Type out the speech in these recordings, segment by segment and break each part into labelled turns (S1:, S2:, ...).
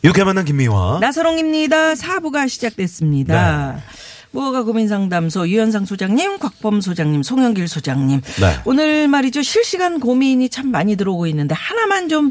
S1: 이렇게 만난
S2: 네.
S1: 김미화.
S2: 나서롱입니다. 사부가 시작됐습니다.
S1: 네.
S2: 무허가 고민상담소 유현상 소장님, 곽범 소장님, 송영길 소장님.
S1: 네.
S2: 오늘 말이죠 실시간 고민이 참 많이 들어오고 있는데 하나만 좀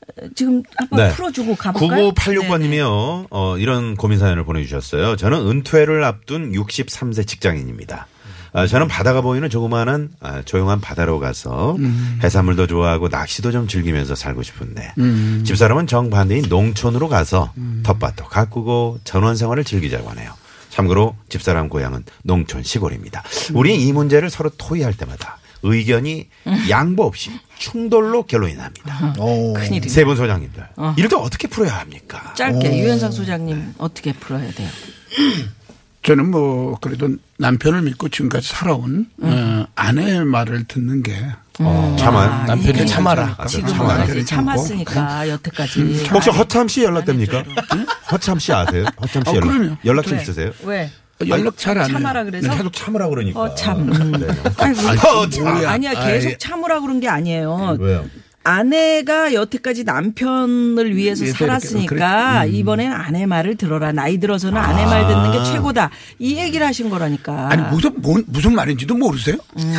S2: 어, 지금 한번
S1: 네.
S2: 풀어주고 가볼까요? 네,
S1: 9986번님이요. 어, 이런 고민 사연을 보내주셨어요. 저는 은퇴를 앞둔 63세 직장인입니다. 아, 저는 바다가 보이는 조그마한 아, 조용한 바다로 가서
S2: 음.
S1: 해산물도 좋아하고 낚시도 좀 즐기면서 살고 싶은데
S2: 음.
S1: 집사람은 정반대인 농촌으로 가서 텃밭도 가꾸고 전원 생활을 즐기자고 하네요. 참고로 집사람 고향은 농촌 시골입니다.
S2: 음.
S1: 우리 이 문제를 서로 토의할 때마다 의견이 양보 없이 충돌로 결론이
S2: 음.
S1: 납니다.
S2: 네. 큰일이
S1: 세 분 소장님들 이럴 때 어떻게 풀어야 합니까?
S2: 짧게 유현상 소장님 어떻게 풀어야 돼요?
S3: 저는 뭐 그래도 남편을 믿고 지금까지 살아온
S2: 음.
S3: 어, 아내의 말을 듣는 게
S2: 어,
S1: 참아요.
S3: 예.
S2: 남편이
S3: 참아라.
S1: 아,
S2: 지금
S1: 참아요. 음.
S2: 까지 참았으니까 여태까지
S1: 혹시 허참 씨 연락됩니까? 허참 씨 아세요? 허참
S3: 네,
S1: 씨
S3: 어,
S1: 연락
S3: 그럼요.
S1: 연락 좀
S2: 왜?
S1: 있으세요?
S2: 네. 왜?
S3: 연락 잘 안 해요. 네,
S2: 참아라 그래서?
S1: 계속 참으라 그러니까.
S2: 어, 참. 음.
S1: 네.
S2: 아이고.
S1: 어, 참.
S3: 뭐야.
S2: 아니야
S3: 아이.
S2: 계속 참으라 그런 게 아니에요.
S1: 예. 왜요?
S2: 아내가 여태까지 남편을
S1: 예,
S2: 위해서
S3: 위해서
S2: 살았으니까
S1: 음.
S2: 이번엔 아내 말을 들어라. 나이 들어서는 아내 말 듣는 게 최고다. 이 얘기를 하신 거라니까.
S3: 아니 무슨 뭔, 무슨 말인지도 모르세요?
S2: 음.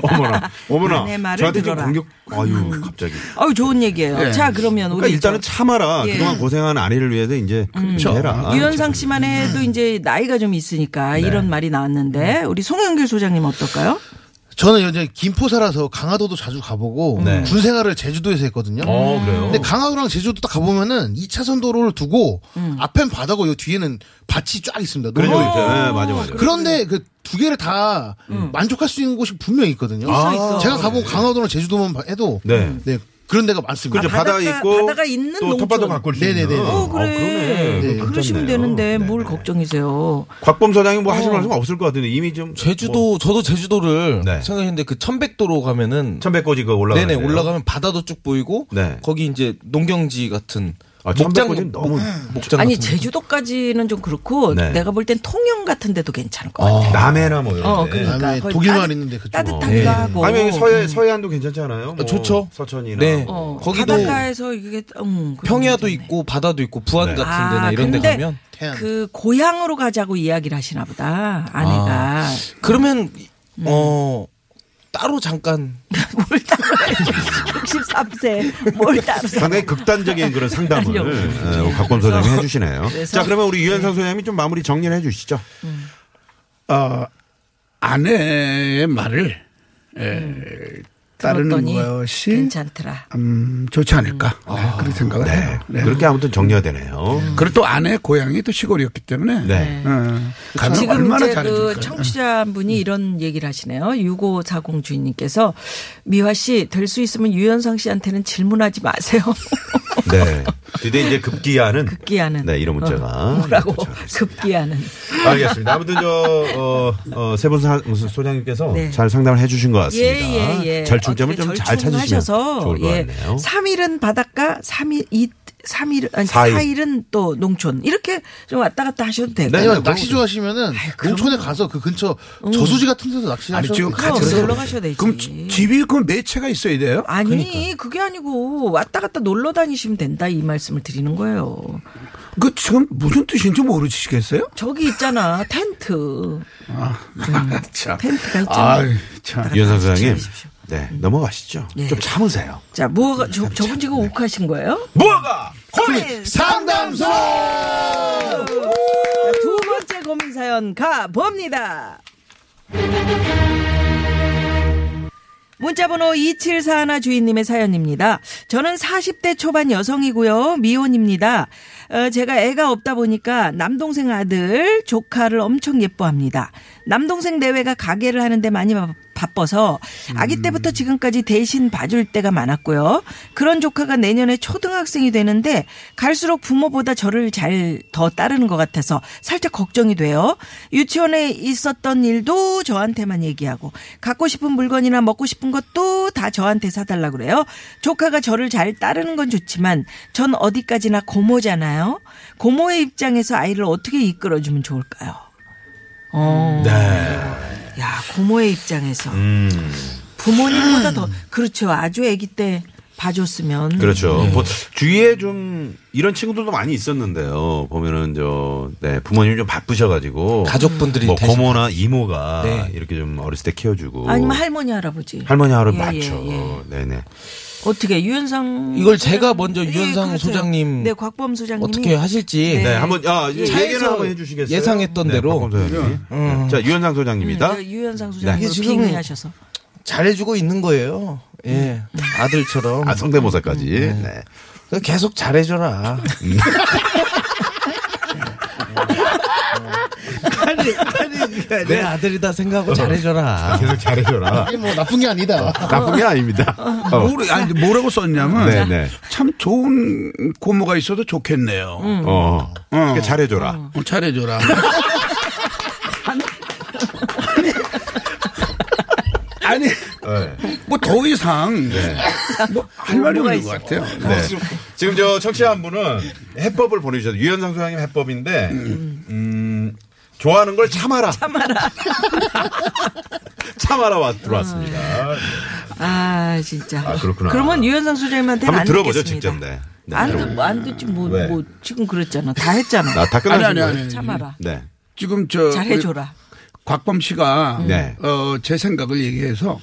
S1: 어머나,
S2: 내
S1: 어머나.
S2: 말을
S1: 저한테 좀
S2: 들어라.
S1: 공격. 아유, 갑자기.
S2: 어우 좋은 얘기예요.
S3: 예.
S2: 자 그러면
S1: 그러니까
S2: 우리
S1: 일단은
S2: 저
S1: 참아라.
S2: 예.
S1: 그동안 고생한 아내를 위해서 이제 네.
S3: 그렇죠.
S1: 해라.
S2: 유현상 씨만 해도 이제 나이가 좀 있으니까 이런 말이 나왔는데
S1: 음.
S2: 우리 송영길 소장님 어떨까요?
S4: 저는 이제 김포 살아서 강화도도 자주 가보고
S1: 네.
S4: 군 생활을 제주도에서 했거든요.
S1: 어, 그래요?
S4: 근데 강화도랑 제주도 딱 가보면은 2차선 도로를 두고 앞엔 바다고 요 뒤에는 밭이 쫙 있습니다.
S1: 그런 적
S4: 농원이.
S1: 있죠. 네, 맞아, 맞아.
S4: 그런데 그 두 개를 다 만족할 수 있는 곳이 분명히 음. 있거든요.
S2: 있어, 있어.
S4: 제가 가본 강화도랑 제주도만 봐- 해도
S1: 네.
S4: 네. 그런 데가 많습니다. 그러니까
S1: 그죠.
S2: 아, 바다가-
S1: 바다 있고
S2: 바다가 있는
S1: 또
S2: 농촌.
S1: 텃밭도 가꿀 수 있는.
S4: 네네네. 어,
S2: 어 그래.
S1: 아, 그러네.
S2: 그러시면
S1: 괜찮네요.
S2: 되는데 뭘
S1: 네네.
S2: 걱정이세요?
S1: 곽범 소장이 뭐 하실 말씀 없을 것 같은데 이미 좀
S5: 제주도
S1: 뭐
S5: 저도 제주도를
S1: 네.
S5: 생각했는데 그 천백도로 가면은
S1: 천백고지 그 올라가.
S5: 네네 올라가면 바다도 쭉 보이고
S1: 네.
S5: 거기 이제 농경지 같은
S1: 아,
S5: 목장
S1: 천백고지는 너무-
S5: 목- 목장
S2: 아니
S5: 같은
S2: 제주도까지는 좀 그렇고
S1: 네.
S2: 내가 볼 땐 통영 같은 데도 괜찮을 것 같아요.
S1: 남해나 뭐 이런.
S2: 어,
S1: 데.
S2: 그러니까
S4: 다음에
S2: 거의
S4: 독일만
S2: 따뜻-
S4: 있는데 그쪽.
S2: 따뜻하기도
S5: 네.
S2: 하고.
S1: 아니 여기 서해 서해안도 괜찮잖아요. 뭐
S5: 아, 좋죠.
S1: 서천이나
S5: 네.
S1: 뭐.
S2: 어,
S5: 거기도
S2: 바닷가에서 이게 음, 그런
S5: 평야도
S2: 데도 있네.
S5: 있고 바다도 있고
S1: 네.
S5: 부안 같은 데나
S2: 아,
S5: 이런 데
S2: 근데
S5: 가면
S4: 태안.
S2: 그 고향으로 가자고 이야기를 하시나 보다 아내가
S5: 그러면
S2: 음.
S5: 어 따로 잠깐
S1: 뭐,
S2: 뭘 따로 63세 뭘 따로
S1: 상당히 극단적인 그런 상담을
S2: 아니요.
S1: 예, 곽범 소장이 해주시네요.
S2: 그래서-
S1: 자 그러면 우리 유현상 소장님이 좀 마무리 정리를 해주시죠.
S2: 음.
S3: 어, 아내의 말을 에, 따르는
S2: 음. 들었더니
S3: 것이
S2: 괜찮더라. 아.
S3: 음, 좋지 않을까 네, 그런 생각을 해요. 네.
S1: 그렇게 아무튼 정리가 되네요.
S3: 그리고 또 아내의 고향이 또 시골이었기 때문에
S1: 네.
S3: 어, 가면
S2: 지금
S3: 얼마나 예.
S2: 이제 그
S3: 잘해줄까.
S2: 청취자분이 이런 얘기를 하시네요. 6540 주인님께서 미화 씨 될 수 있으면 유현상 씨한테는 질문하지 마세요.
S1: 네. 근데 이제 급기야는
S2: 급기야는. 아, 어,
S1: 네 그렇죠, 이런 문제가
S2: 뭐라고
S1: 도착했습니다.
S2: 급기야는.
S1: 알겠습니다. 아무튼 저어세분 소장님께서
S2: 네.
S1: 잘 상담을 해주신 것 같습니다.
S2: 예, 예, 예.
S1: 절충점을 좀 잘 찾으시면 좋을 것 같네요.
S2: 3일은 예. 바닷가, 3일, 이, 3일, 아니,
S1: 사일.
S2: 4일. 은또 농촌. 이렇게 좀 왔다 갔다 하셔도 되고.
S1: 네,
S4: 아니면
S1: 그런
S4: 낚시
S1: 거죠.
S4: 좋아하시면은 농촌에 가서 그 근처 저수지 같은 데서
S3: 아니
S4: 낚시하셔도
S3: 지금
S4: 돼요.
S3: 같이
S2: 놀러 가셔야 되지.
S3: 그럼 지- 집이 그럼 매체가 있어야 돼요?
S2: 아니, 그게 아니고 왔다 갔다 놀러 다니시면 된다 이 말씀을 드리는 거예요.
S3: 그 지금 무슨 뜻인지 모르시겠어요?
S2: 저기 있잖아, 텐트.
S3: 아,
S2: 음.
S3: 참.
S2: 텐트가 있잖아.
S3: 아유, 참.
S1: 유현상 소장님,
S2: 즐기십시오.
S1: 네 넘어가시죠.
S2: 예.
S1: 좀 참으세요.
S2: 자, 뭐가, 저, 저분 지금 욱하신 거예요?
S1: 뭐가
S2: 고민!
S4: 상담소!
S2: 자, 두 번째 고민 사연 가봅니다. 문자번호 2741 주인님의 사연입니다. 저는 40대 초반 여성이고요. 미혼입니다. 어, 제가 애가 없다 보니까 남동생 아들, 조카를 엄청 예뻐합니다. 남동생 내외가 가게를 하는데 많이 바- 바빠서
S4: 음.
S2: 아기 때부터 지금까지 대신 봐줄 때가 많았고요. 그런 조카가 내년에 초등학생이 되는데 네, 갈수록 부모보다 저를 잘 더 따르는 것 같아서 살짝 걱정이 돼요. 유치원에 있었던 일도 저한테만 얘기하고 갖고 싶은 물건이나 먹고 싶은 것도 다 저한테 사달라 그래요. 조카가 저를 잘 따르는 건 좋지만 전 어디까지나 고모잖아요. 고모의 입장에서 아이를 어떻게 이끌어주면 좋을까요? 어.
S1: 네,
S2: 야, 고모의 입장에서
S1: 음.
S2: 부모님보다 더 그렇죠. 아주 아기 때 봐줬으면
S1: 그렇죠. 뭐 주위에 좀 이런 친구들도 많이 있었는데요. 보면은 저 네, 부모님 좀 바쁘셔가지고
S5: 가족분들이
S1: 뭐
S5: 대신
S1: 고모나 이모가
S5: 네.
S1: 이렇게 좀 어렸을 때 키워주고
S2: 아니면 뭐 할머니 할아버지
S1: 할머니 하루
S2: 예,
S1: 맞죠.
S2: 예, 예.
S1: 네네.
S2: 어떻게 유현상
S5: 이걸
S2: 소장- 예,
S5: 제가 먼저 유현상 소장님
S2: 네 곽범 소장님
S5: 어떻게 하실지
S1: 네, 한번 아, 예,
S5: 차에서
S1: 얘기를 한번 해주시겠어요?
S5: 예상했던
S1: 네,
S5: 대로. 음.
S1: 박범 소장님. 네. 자 유현상
S2: 음,
S1: 소장입니다.
S2: 그 유현상 소장님
S5: 아? 네. 이게 지금-
S2: 빙의하셔서
S5: 잘해주고 있는 거예요. 예
S2: 음.
S5: 아들처럼
S1: 아 성대모사까지.
S5: 음.
S1: 네.
S5: 그냥 계속 잘해줘라. 내 아들이다 생각하고 잘해줘라.
S1: 계속 잘해줘라.
S4: 이게 뭐 나쁜 게 아니다.
S1: 나쁜 게 아닙니다. 어.
S3: 뭐라, 아니, 뭐라고 썼냐면
S1: 네, 네.
S3: 참 좋은 고모가 있어도 좋겠네요.
S2: 음.
S1: 어. 그러니까 잘해줘라.
S3: 어, 잘해줘라. 아니,
S1: 네.
S3: 뭐 더 이상 뭐 할 말이 없는 것 같아요.
S1: 네. 지금 저 청취자 한 분은 해법을 보내주셨어요. 유현상 소장님 해법인데, 음, 좋아하는 걸 참아라. 참아라. 참아라 와 들어왔습니다.
S2: 아 진짜
S1: 아, 그렇구나.
S2: 그러면 유현상 소장님한테
S1: 한번
S2: 네, 안
S1: 들어보죠,
S2: 듣겠습니다.
S1: 직접. 네. 네.
S2: 안, 듣- 뭐안 듣지 뭐,
S1: 왜?
S2: 뭐 지금 그랬잖아 다 했잖아
S1: 나 다
S3: 아니,
S1: 끝났어요.
S3: 아니, 아니.
S2: 참아라
S1: 네.
S3: 지금 저. 그
S2: 잘해줘라
S3: 곽범 씨가
S1: 네.
S3: 어, 제 생각을 얘기해서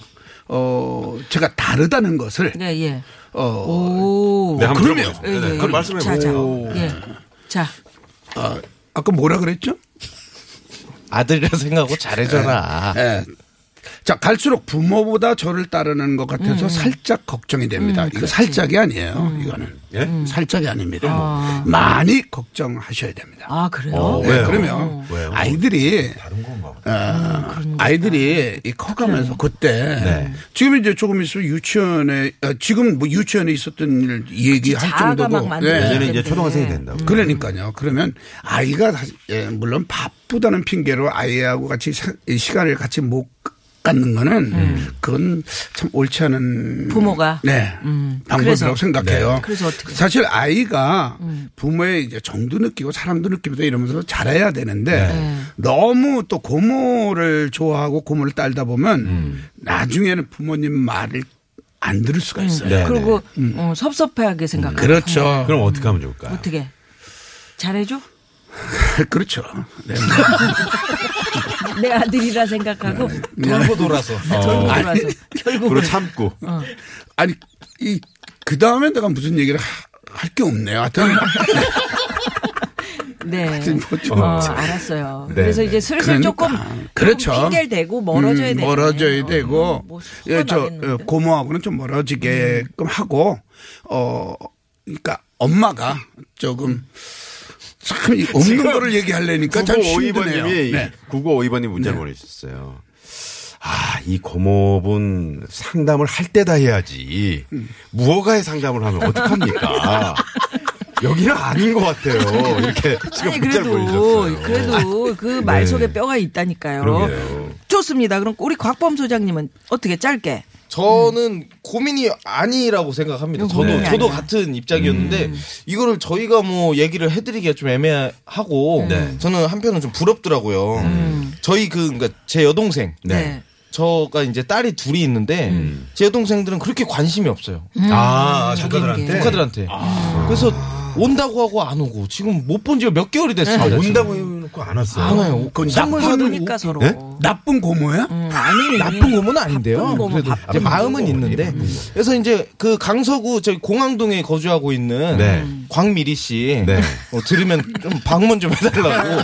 S3: 어, 제가 다르다는 것을
S2: 네, 예예
S3: 어,
S2: 오 예,
S1: 네, 한번
S3: 그럼요.
S1: 들어보겠습니다. 네, 네. 그럼 말씀해
S2: 자자
S1: 보세요.
S2: 예자
S3: 아, 아까 뭐라 그랬죠?
S5: 아들이라 생각하고 잘해줘라.
S3: 예. 자, 갈수록 부모보다 저를 따르는 것
S2: 음.
S3: 같아서 살짝 걱정이 됩니다. 아, 이거 살짝이 아니에요. 이거는. 음.
S1: 예?
S3: 살짝이 아닙니다. 뭐 많이 걱정하셔야 됩니다.
S2: 아 그래요?
S1: 어,
S3: 네,
S1: 왜요?
S3: 그러면
S1: 왜요?
S3: 아이들이
S1: 뭐.
S3: 어, 아이들이 이
S2: 네.
S3: 커가면서 그때 지금 이제 조금 있으면 유치원에 아, 지금 뭐 유치원에 있었던 일 얘기할
S2: 자아가 막
S3: 정도고
S2: 만들어져요.
S3: 네.
S1: 예전에 이제
S2: 네.
S1: 초등학생이 된다고.
S3: 그러니까요. 그러면 아이가 사- 예, 물론 바쁘다는 핑계로 아이하고 같이 사- 이 시간을 같이 못 갖는 거는 그건 음, 참 옳지 않은
S2: 음. 부모가?
S3: 네 방법이라고
S2: 음. 그래서? 네.
S3: 생각해요.
S2: 그래서 어떻게? 음.
S3: 사실 아이가 부모의 이제 정도 느끼고 사람도 느끼고 이러면서 잘해야 되는데
S2: 네.
S3: 너무 또 고모를 좋아하고 고모를 딸다 보면
S2: 음.
S3: 나중에는 부모님 말을 안 들을 수가 있어요.
S1: 네,
S2: 그리고 어, 섭섭하게 생각하고
S3: 그렇죠.
S1: 그럼 어떻게 하면 좋을까요?
S2: 어떻게 잘해줘?
S3: 그렇죠. 네.
S2: 내 아들이라 생각하고
S3: 네.
S2: 네.
S5: 돌고 돌아서.
S1: 어.
S2: 돌고 돌아서
S1: 그리고 참고.
S3: 아니 이 그 다음에 내가 무슨 얘기를 할 게 없네요. 하여튼
S2: 네.
S3: 뭐 좀-
S2: 어, 알았어요.
S1: 네,
S2: 그래서
S1: 네.
S2: 이제 슬슬 조금
S3: 그러니까. 그렇죠.
S2: 조금 핑계를 대고 멀어져야
S3: 음,
S2: 되고
S3: 멀어져야 되고
S2: 뭐
S3: 예, 저
S2: 나겠는데. 음.
S3: 어, 고모하고는 좀 멀어지게끔 하고 어 그러니까 엄마가 조금 참이 없는 거를 얘기하려니까 그러니까 참
S1: 9952번님이
S3: 힘드네요. 네.
S1: 9952번님
S2: 네.
S1: 문자를 보내주셨어요. 아, 이 고모분 상담을 할 때다 해야지.
S2: 음.
S1: 무허가의 상담을 하면 어떡합니까? 여기는 아닌 것 같아요. 이렇게 지금
S2: 아니
S1: 문자를
S2: 그래도
S1: 보내주셨어요. 네.
S2: 그래도 그 말 속에 뼈가 있다니까요.
S1: 그러게요.
S2: 좋습니다. 그럼 우리 곽범 소장님은 어떻게 짧게?
S5: 저는 고민이 아니라고 생각합니다. 저도
S2: 고민이 음.
S5: 저도
S2: 아니야.
S5: 같은 입장이었는데 이거를 저희가 뭐 얘기를 해드리기가 좀 애매하고
S2: 음. 네.
S5: 저는 한편은 좀 부럽더라고요. 저희 그 그러니까 제 여동생
S2: 네. 음.
S5: 저가 이제 딸이 둘이 있는데 제 여동생들은 그렇게 관심이 없어요.
S1: 아, 조카들한테?
S2: 음.
S5: 조카들한테.
S1: 아.
S5: 그래서 온다고 하고 안 오고 지금 못 본 지가 몇 개월이 됐어요.
S1: 아, 온다고 해놓고 안 왔어요.
S2: 아,
S5: 안
S2: 네.
S5: 와요.
S3: 그건
S5: 선물
S3: 나쁜-
S5: 사도
S2: 그러니까 서로
S1: 예?
S3: 나쁜 고모야?
S2: 음, 아니
S5: 나쁜 거는 아닌데요.
S2: 나쁜 거면
S5: 그래도 이제 마음은 있는데. 그래서 이제 그 강서구 저희 공항동에 거주하고 있는
S1: 네.
S5: 광미리 씨
S1: 네.
S5: 어, 들으면 좀 방문 좀 해달라고.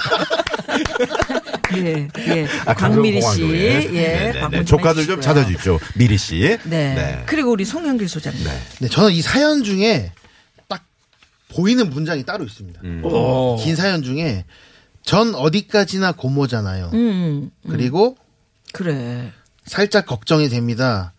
S2: 예, 예.
S1: 아,
S2: 광미리 씨,
S1: 강변공항동에.
S2: 예,
S1: 네, 네,
S2: 방문
S1: 네.
S2: 좀
S1: 조카들 좀
S2: 해주시고요.
S1: 찾아주십시오. 미리 씨.
S2: 네. 그리고 우리 송영길 소장님.
S4: 네, 저는 이 사연 중에 딱 보이는 문장이 따로 있습니다.
S1: 음.
S4: 긴 사연 중에 전 어디까지나 고모잖아요.
S2: 음,
S4: 그리고
S2: 그래.
S4: 살짝 걱정이 됩니다.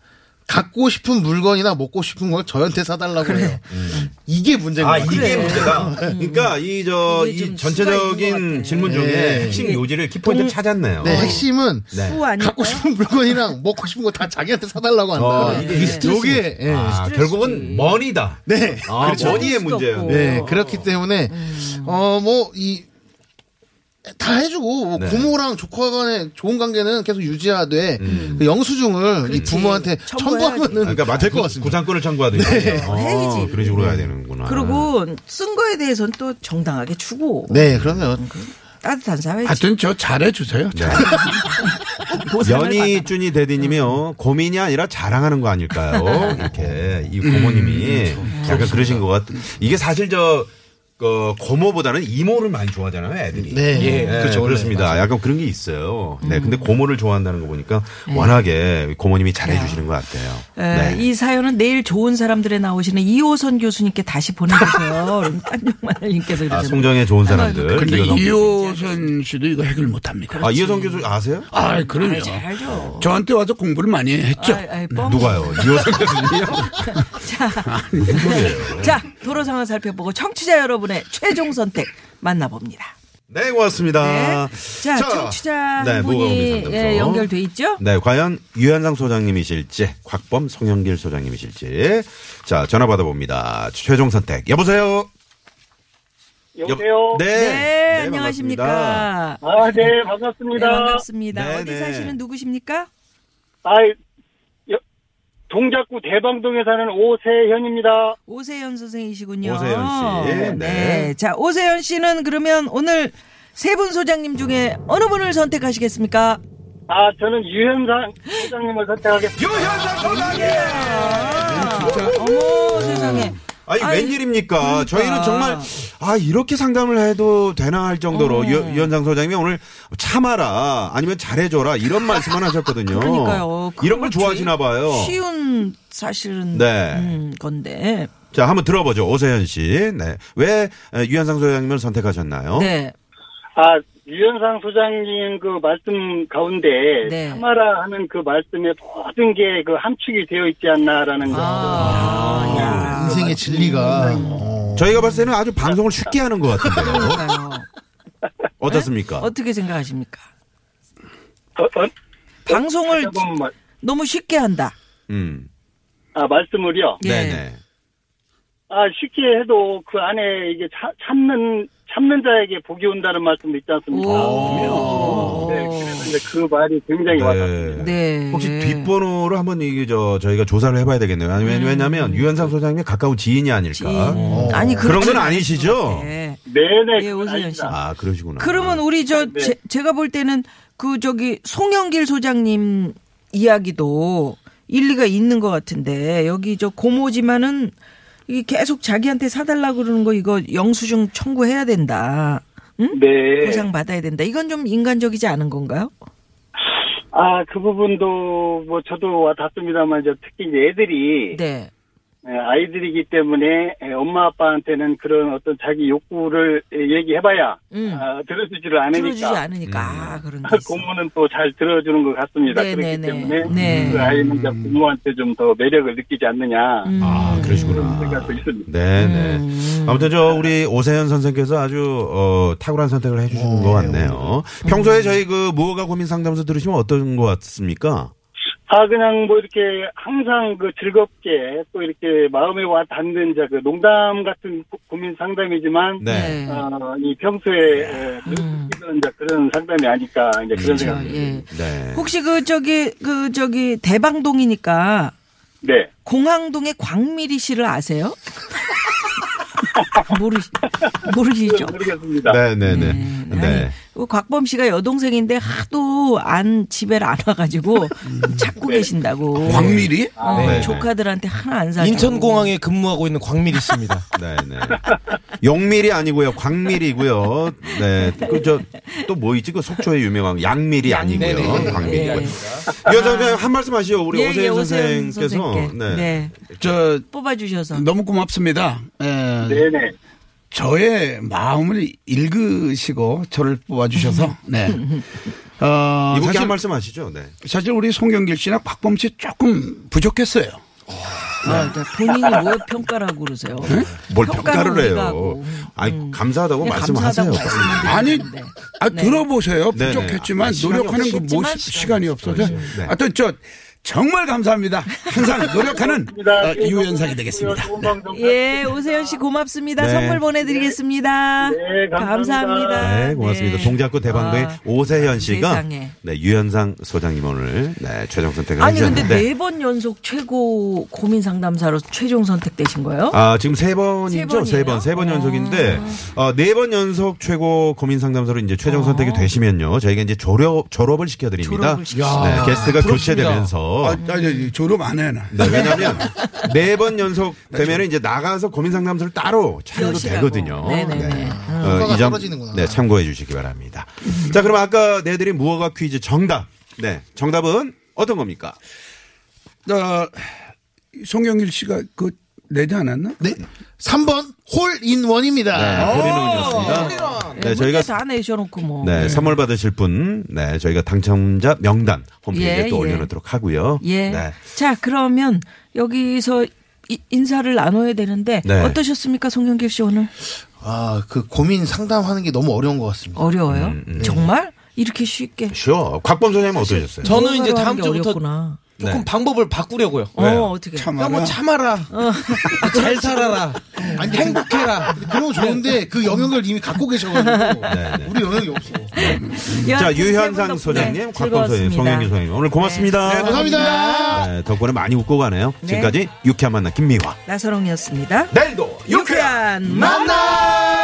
S4: 갖고 싶은 물건이나 먹고 싶은 걸 저한테 사달라고 해요. 음. 이게 문제인
S1: 아
S4: 거예요.
S1: 이게 문제다. 그러니까 이 저 이
S2: 이게 좀 수가 있는 것
S1: 전체적인
S2: 같아.
S1: 질문 중에
S4: 네.
S1: 핵심 요지를 키포인트 찾았네요.
S4: 네, 핵심은
S2: 수 아니고
S4: 갖고 싶은 물건이랑 먹고 싶은 거 다 자기한테 사달라고 한다.
S1: 어, 이게 이 스트레스.
S4: 요게, 아, 예.
S1: 아, 결국은 머니다.
S4: 네.
S1: 아,
S2: 그렇죠.
S1: 머니의 아,
S2: 수도
S1: 문제예요.
S2: 없고.
S4: 네, 그렇기 때문에 어 뭐 이 다 해주고 뭐
S1: 네.
S4: 고모랑 조카 간의 좋은 관계는 계속 유지하되 그 영수증을 이 부모한테
S2: 첨부해야지.
S4: 첨부하면은
S1: 음. 그러니까
S4: 될
S1: 마치
S4: 것
S1: 구-
S4: 같습니다.
S1: 구상권을 청구하듯이. 아,
S2: 해야지.
S1: 그런 식으로 해야 되는구나.
S2: 그리고 쓴 거에 대해서는 또 정당하게 주고
S4: 네, 그러면
S2: 따뜻한 사회지.
S3: 하여튼 저 잘해주세요.
S1: 연희준이
S2: 음.
S1: 대디님이요 고민이 아니라 자랑하는 거 아닐까요? 이렇게 이 고모님이 약간 음, 그렇죠. 그러신 것 같. 이게 사실 저 어, 고모보다는 이모를 많이 좋아하잖아요, 애들이.
S4: 네.
S1: 예,
S4: 네,
S1: 그렇죠. 그렇습니다. 약간 그런 게 있어요. 네, 근데 고모를 좋아한다는 거 보니까 워낙에 고모님이 잘해주시는 것 같아요.
S2: 네.
S1: 네.
S2: 에, 예, 이 사연은 내일 좋은 사람들에 나오시는 이호선 교수님께 다시 보내주세요. 그럼 딴용마늘님께서
S1: 아,
S2: 이러셨는데.
S1: 송정의 좋은 사람들.
S3: 근데
S1: 이효성-
S3: 이호선 씨도 이거 해결 못 합니다.
S2: 그렇죠.
S1: 아, 이효성 교수 아세요?
S3: 아, 그럼요.
S2: 알죠.
S3: 저한테 와서 공부를 많이 했죠.
S2: 아이, 아이, 뻥.
S1: 누가요? 이효성 교수님이요?
S2: 자, 도로 상황 살펴보고 청취자 여러분의 최종 선택 만나봅니다.
S1: 네, 고맙습니다.
S2: 네. 자, 청취자
S1: 네,
S2: 한
S1: 무거운
S2: 분이
S1: 상담소.
S2: 예, 연결돼 있죠?
S1: 네, 과연 유현상 소장님이실지, 곽범 송영길 소장님이실지. 자, 전화 받아봅니다. 최종 선택. 여보세요?
S6: 여보세요?
S1: 네.
S2: 네,
S1: 네, 반갑습니다.
S2: 안녕하십니까?
S6: 아, 네,
S2: 네,
S6: 반갑습니다.
S2: 반갑습니다.
S1: 네,
S2: 어디
S1: 네.
S2: 사시는 누구십니까?
S6: 아, 여- 동작구 대방동에 사는 오세현입니다.
S2: 오세현 선생이시군요.
S1: 오세현 씨. 네.
S2: 자, 오세현 씨는 그러면 오늘 세 분 소장님 중에 어느 분을 선택하시겠습니까?
S6: 아, 저는 유현상 소장님을 선택하겠습니다.
S1: 유현상 소장님!
S2: 아, 어머, 세상에.
S1: 아니,
S2: 아이,
S1: 웬일입니까?
S2: 그러니까.
S1: 저희는 정말, 아, 이렇게 상담을 해도 되나 할 정도로
S2: 어.
S1: 유, 유현상 소장님이 오늘 참아라, 아니면 잘해줘라, 이런 말씀만 하셨거든요.
S2: 그러니까요.
S1: 어. 이런 걸
S2: 그렇지.
S1: 좋아하시나 봐요.
S2: 쉬운 사실은
S1: 네.
S2: 음, 건데.
S1: 자, 한번 들어보죠. 오세현 씨. 네. 왜 에, 유현상 소장님을 선택하셨나요?
S2: 네.
S6: 아, 유현상 소장님 그 말씀 가운데
S2: 네.
S6: 참아라 하는 그 말씀에 모든 게 그 함축이 되어 있지 않나라는 거.
S2: 아, 야.
S4: 인생의 진리가 어,
S1: 저희가 봤을 때는 아주 방송을 쉽게 하는 것 같은데요.
S2: 그러니까요.
S1: 어떻습니까?
S2: 네? 어떻게 생각하십니까?
S6: 어, 어,
S2: 방송을
S6: 조금 말-
S2: 너무 쉽게 한다.
S1: 음.
S6: 아, 말씀을요.
S2: 예.
S1: 네네.
S6: 아, 쉽게 해도 그 안에 이게 차- 참는, 참는 자에게 복이 온다는 말씀도 있지 않습니까?
S1: 아.
S2: 오.
S6: 네, 그래서 이제 그 말이 굉장히 와닿습니다.
S2: 네.
S1: 혹시 뒷번호를 한번 이게 저 저희가 조사를 해봐야 되겠네요. 아니, 왜- 왜냐면 유현상 소장님이 가까운 지인이 아닐까. 어.
S2: 음, 아니
S1: 그런 건
S2: 그렇지는
S1: 아니시죠?
S2: 않은데.
S6: 네네.
S2: 예,
S6: 그건
S2: 오세현
S6: 아닙니다.
S2: 씨.
S1: 아 그러시구나.
S2: 예. 그러면 우리 저
S6: 네.
S2: 제, 제가 볼 때는 그 저기 송영길 소장님 이야기도 일리가 있는 것 같은데 여기 저 고모지만은 이 계속 자기한테 사달라 그러는 거 이거 영수증 청구해야 된다. 응?
S6: 네.
S2: 보상 받아야 된다. 이건 좀 인간적이지 않은 건가요?
S6: 아, 그 부분도 뭐 저도 와닿습니다만, 이제 특히 이제 애들이,
S2: 네.
S6: 예, 아이들이기 때문에 예, 엄마 아빠한테는 그런 어떤 자기 욕구를 예, 얘기해봐야
S2: 음.
S6: 아, 들어주지를
S2: 들어주지
S6: 않으니까.
S2: 않으니까 아 그런 게 있어.
S6: 고모는 또 잘 들어주는 것 같습니다.
S2: 네,
S6: 그렇기
S2: 네, 네.
S6: 때문에
S2: 네.
S6: 그 아이는 이제 부모한테 좀 더 매력을 느끼지 않느냐.
S2: 음.
S1: 아 그러시구나.
S6: 생각도 있습니다.
S1: 네네. 아무튼 저 우리 오세현 선생께서 아주 어, 탁월한 선택을 해주신 것 같네요. 평소에 저희 그 무허가 고민 상담소 들으시면 어떤 것 같습니까?
S6: 아, 그냥 뭐 이렇게 항상 그 즐겁게 또 이렇게 마음에 와 닿는 이제 그 농담 같은 고- 고민 상담이지만
S1: 네.
S6: 어, 이 평소에 예,
S2: 음.
S6: 느끼던 이제 그런 상담이 아닐까 이제 그런
S2: 저,
S6: 생각.
S2: 예.
S1: 네.
S2: 혹시 그 저기 그 저기 대방동이니까
S6: 네.
S2: 공항동의 광미리 씨를 아세요? 모르시, 모르시죠?
S6: 모르겠습니다.
S1: 네네네.
S2: 아니,
S1: 네.
S2: 그 곽범 씨가 여동생인데 하도 안 집에를 안 와가지고 찾고 계신다고.
S3: 광밀이?
S2: 어,
S1: 음. 아, 네.
S2: 조카들한테 하나 안 사줘.
S5: 인천공항에 근무하고 있는 광밀 있습니다.
S1: 네네. 용밀이 아니고요. 광밀이고요. 네. 그 저 또 뭐 있지? 그 속초에 유명한 양밀이 아니고요.
S5: 네네.
S1: 광밀이고요.
S2: 예.
S1: 여자 선생 한 말씀 하시오. 우리
S2: 예, 예,
S1: 오세현
S2: 오세훈
S1: 선생께서
S2: 선생님께.
S1: 네.
S2: 네.
S3: 저
S2: 뽑아주셔서.
S3: 너무 고맙습니다. 예, 에,
S6: 네네.
S3: 저의 마음을 읽으시고 저를 뽑아주셔서 네. 어,
S1: 이분께
S3: 사실
S1: 한 말씀 하시죠. 네.
S3: 사실 우리 송영길 씨나 곽범 씨 조금 부족했어요.
S2: 아, 그러니까 본인이 뭘 평가라고 그러세요?
S1: 뭘
S2: 평가를
S1: 평가를 해요.
S2: 우리가 하고.
S1: 아니 감사하다고
S2: 그냥
S1: 네? 말씀하세요.
S2: 네, 감사하다고
S1: 네.
S2: 말씀만
S3: 아니,
S2: 드리는데.
S3: 아,
S2: 네.
S3: 들어보세요.
S1: 네네.
S3: 부족했지만
S1: 아, 시간이
S3: 노력하는 그
S2: 없었지만
S3: 모습 시간이 없어서.
S1: 네.
S3: 하여튼 저 정말 감사합니다. 항상 노력하는 어, 이우연상이 되겠습니다.
S6: 좋은 방송
S2: 예, 오세현 씨 고맙습니다.
S1: 네.
S2: 선물 보내드리겠습니다.
S6: 네, 감사합니다.
S2: 감사합니다.
S1: 네, 고맙습니다.
S2: 네.
S1: 동작구 대방도의
S2: 아.
S1: 오세현 씨가
S2: 세상에.
S1: 네, 유현상 소장님 오늘 네, 최종 선택을
S2: 아니 근데
S1: 해주셨는데
S2: 네 번 연속 최고 고민 상담사로 최종 선택되신 거예요?
S1: 아, 지금 세
S2: 세
S1: 번이죠?
S2: 번이에요?
S1: 세 번, 세 번 연속인데, 어, 네 번 연속 최고 고민 상담사로 이제 최종 선택이 되시면요. 저희가 이제 졸업, 졸업을 시켜드립니다.
S2: 졸업을
S1: 네, 게스트가
S5: 부럽습니다.
S1: 교체되면서.
S3: 아, 아, 저 졸업 안 해. 나.
S1: 네, 왜냐면, 네 번 연속 되면 이제 나가서 고민 상담소를 따로 차려도
S2: 여시라고.
S1: 되거든요. 어,
S2: 네네네.
S4: 효과가
S1: 이 점,
S4: 떨어지는구나.
S1: 네, 참고해 주시기 바랍니다. 자, 그럼 아까 내드린 무허가 퀴즈 정답. 네, 정답은 어떤 겁니까? 네.
S3: 어, 송영길 씨가 그 내지 않았나?
S4: 네. 3번 홀인원입니다.
S1: 네. 홀인원이었습니다. 네, 저희가
S2: 다 내셔놓고 뭐.
S1: 네, 선물 받으실 분, 네, 저희가 당첨자 명단 홈페이지에
S2: 예,
S1: 또
S2: 예.
S1: 올려놓도록 하고요.
S2: 예.
S1: 네.
S2: 자 그러면 여기서 이- 인사를 나눠야 되는데
S1: 네.
S2: 어떠셨습니까, 송영길 씨 오늘
S4: 아, 그 고민 상담하는 게 너무 어려운 것 같습니다.
S2: 어려워요?
S1: 음,
S2: 정말 이렇게 쉽게?
S1: 슈어. 곽범 선생님 어떠셨어요?
S5: 저는 이제
S2: 뭐라고 하는
S5: 다음
S2: 게
S5: 주부터
S2: 어렵구나.
S5: 조금
S1: 네.
S5: 방법을 바꾸려고요.
S1: 왜요?
S2: 어 어떻게?
S3: 참아.
S5: 야, 뭐 참아라. 잘 살아라.
S4: 아니,
S5: 행복해라.
S4: 그런 건 좋은데 그 영역을 이미 갖고 계셔가지고
S1: 네,
S4: 우리 영역이 없어.
S1: 자,
S2: 네,
S1: 유현상 소장님, 곽범 선생님, 송영기 소장님. 오늘 고맙습니다. 네,
S4: 감사합니다.
S1: 덕분에 많이 웃고 가네요.
S2: 네.
S1: 지금까지 유쾌한 만남 김미화.
S2: 나서롱이었습니다.
S1: 내일도
S2: 유쾌한
S1: 만남!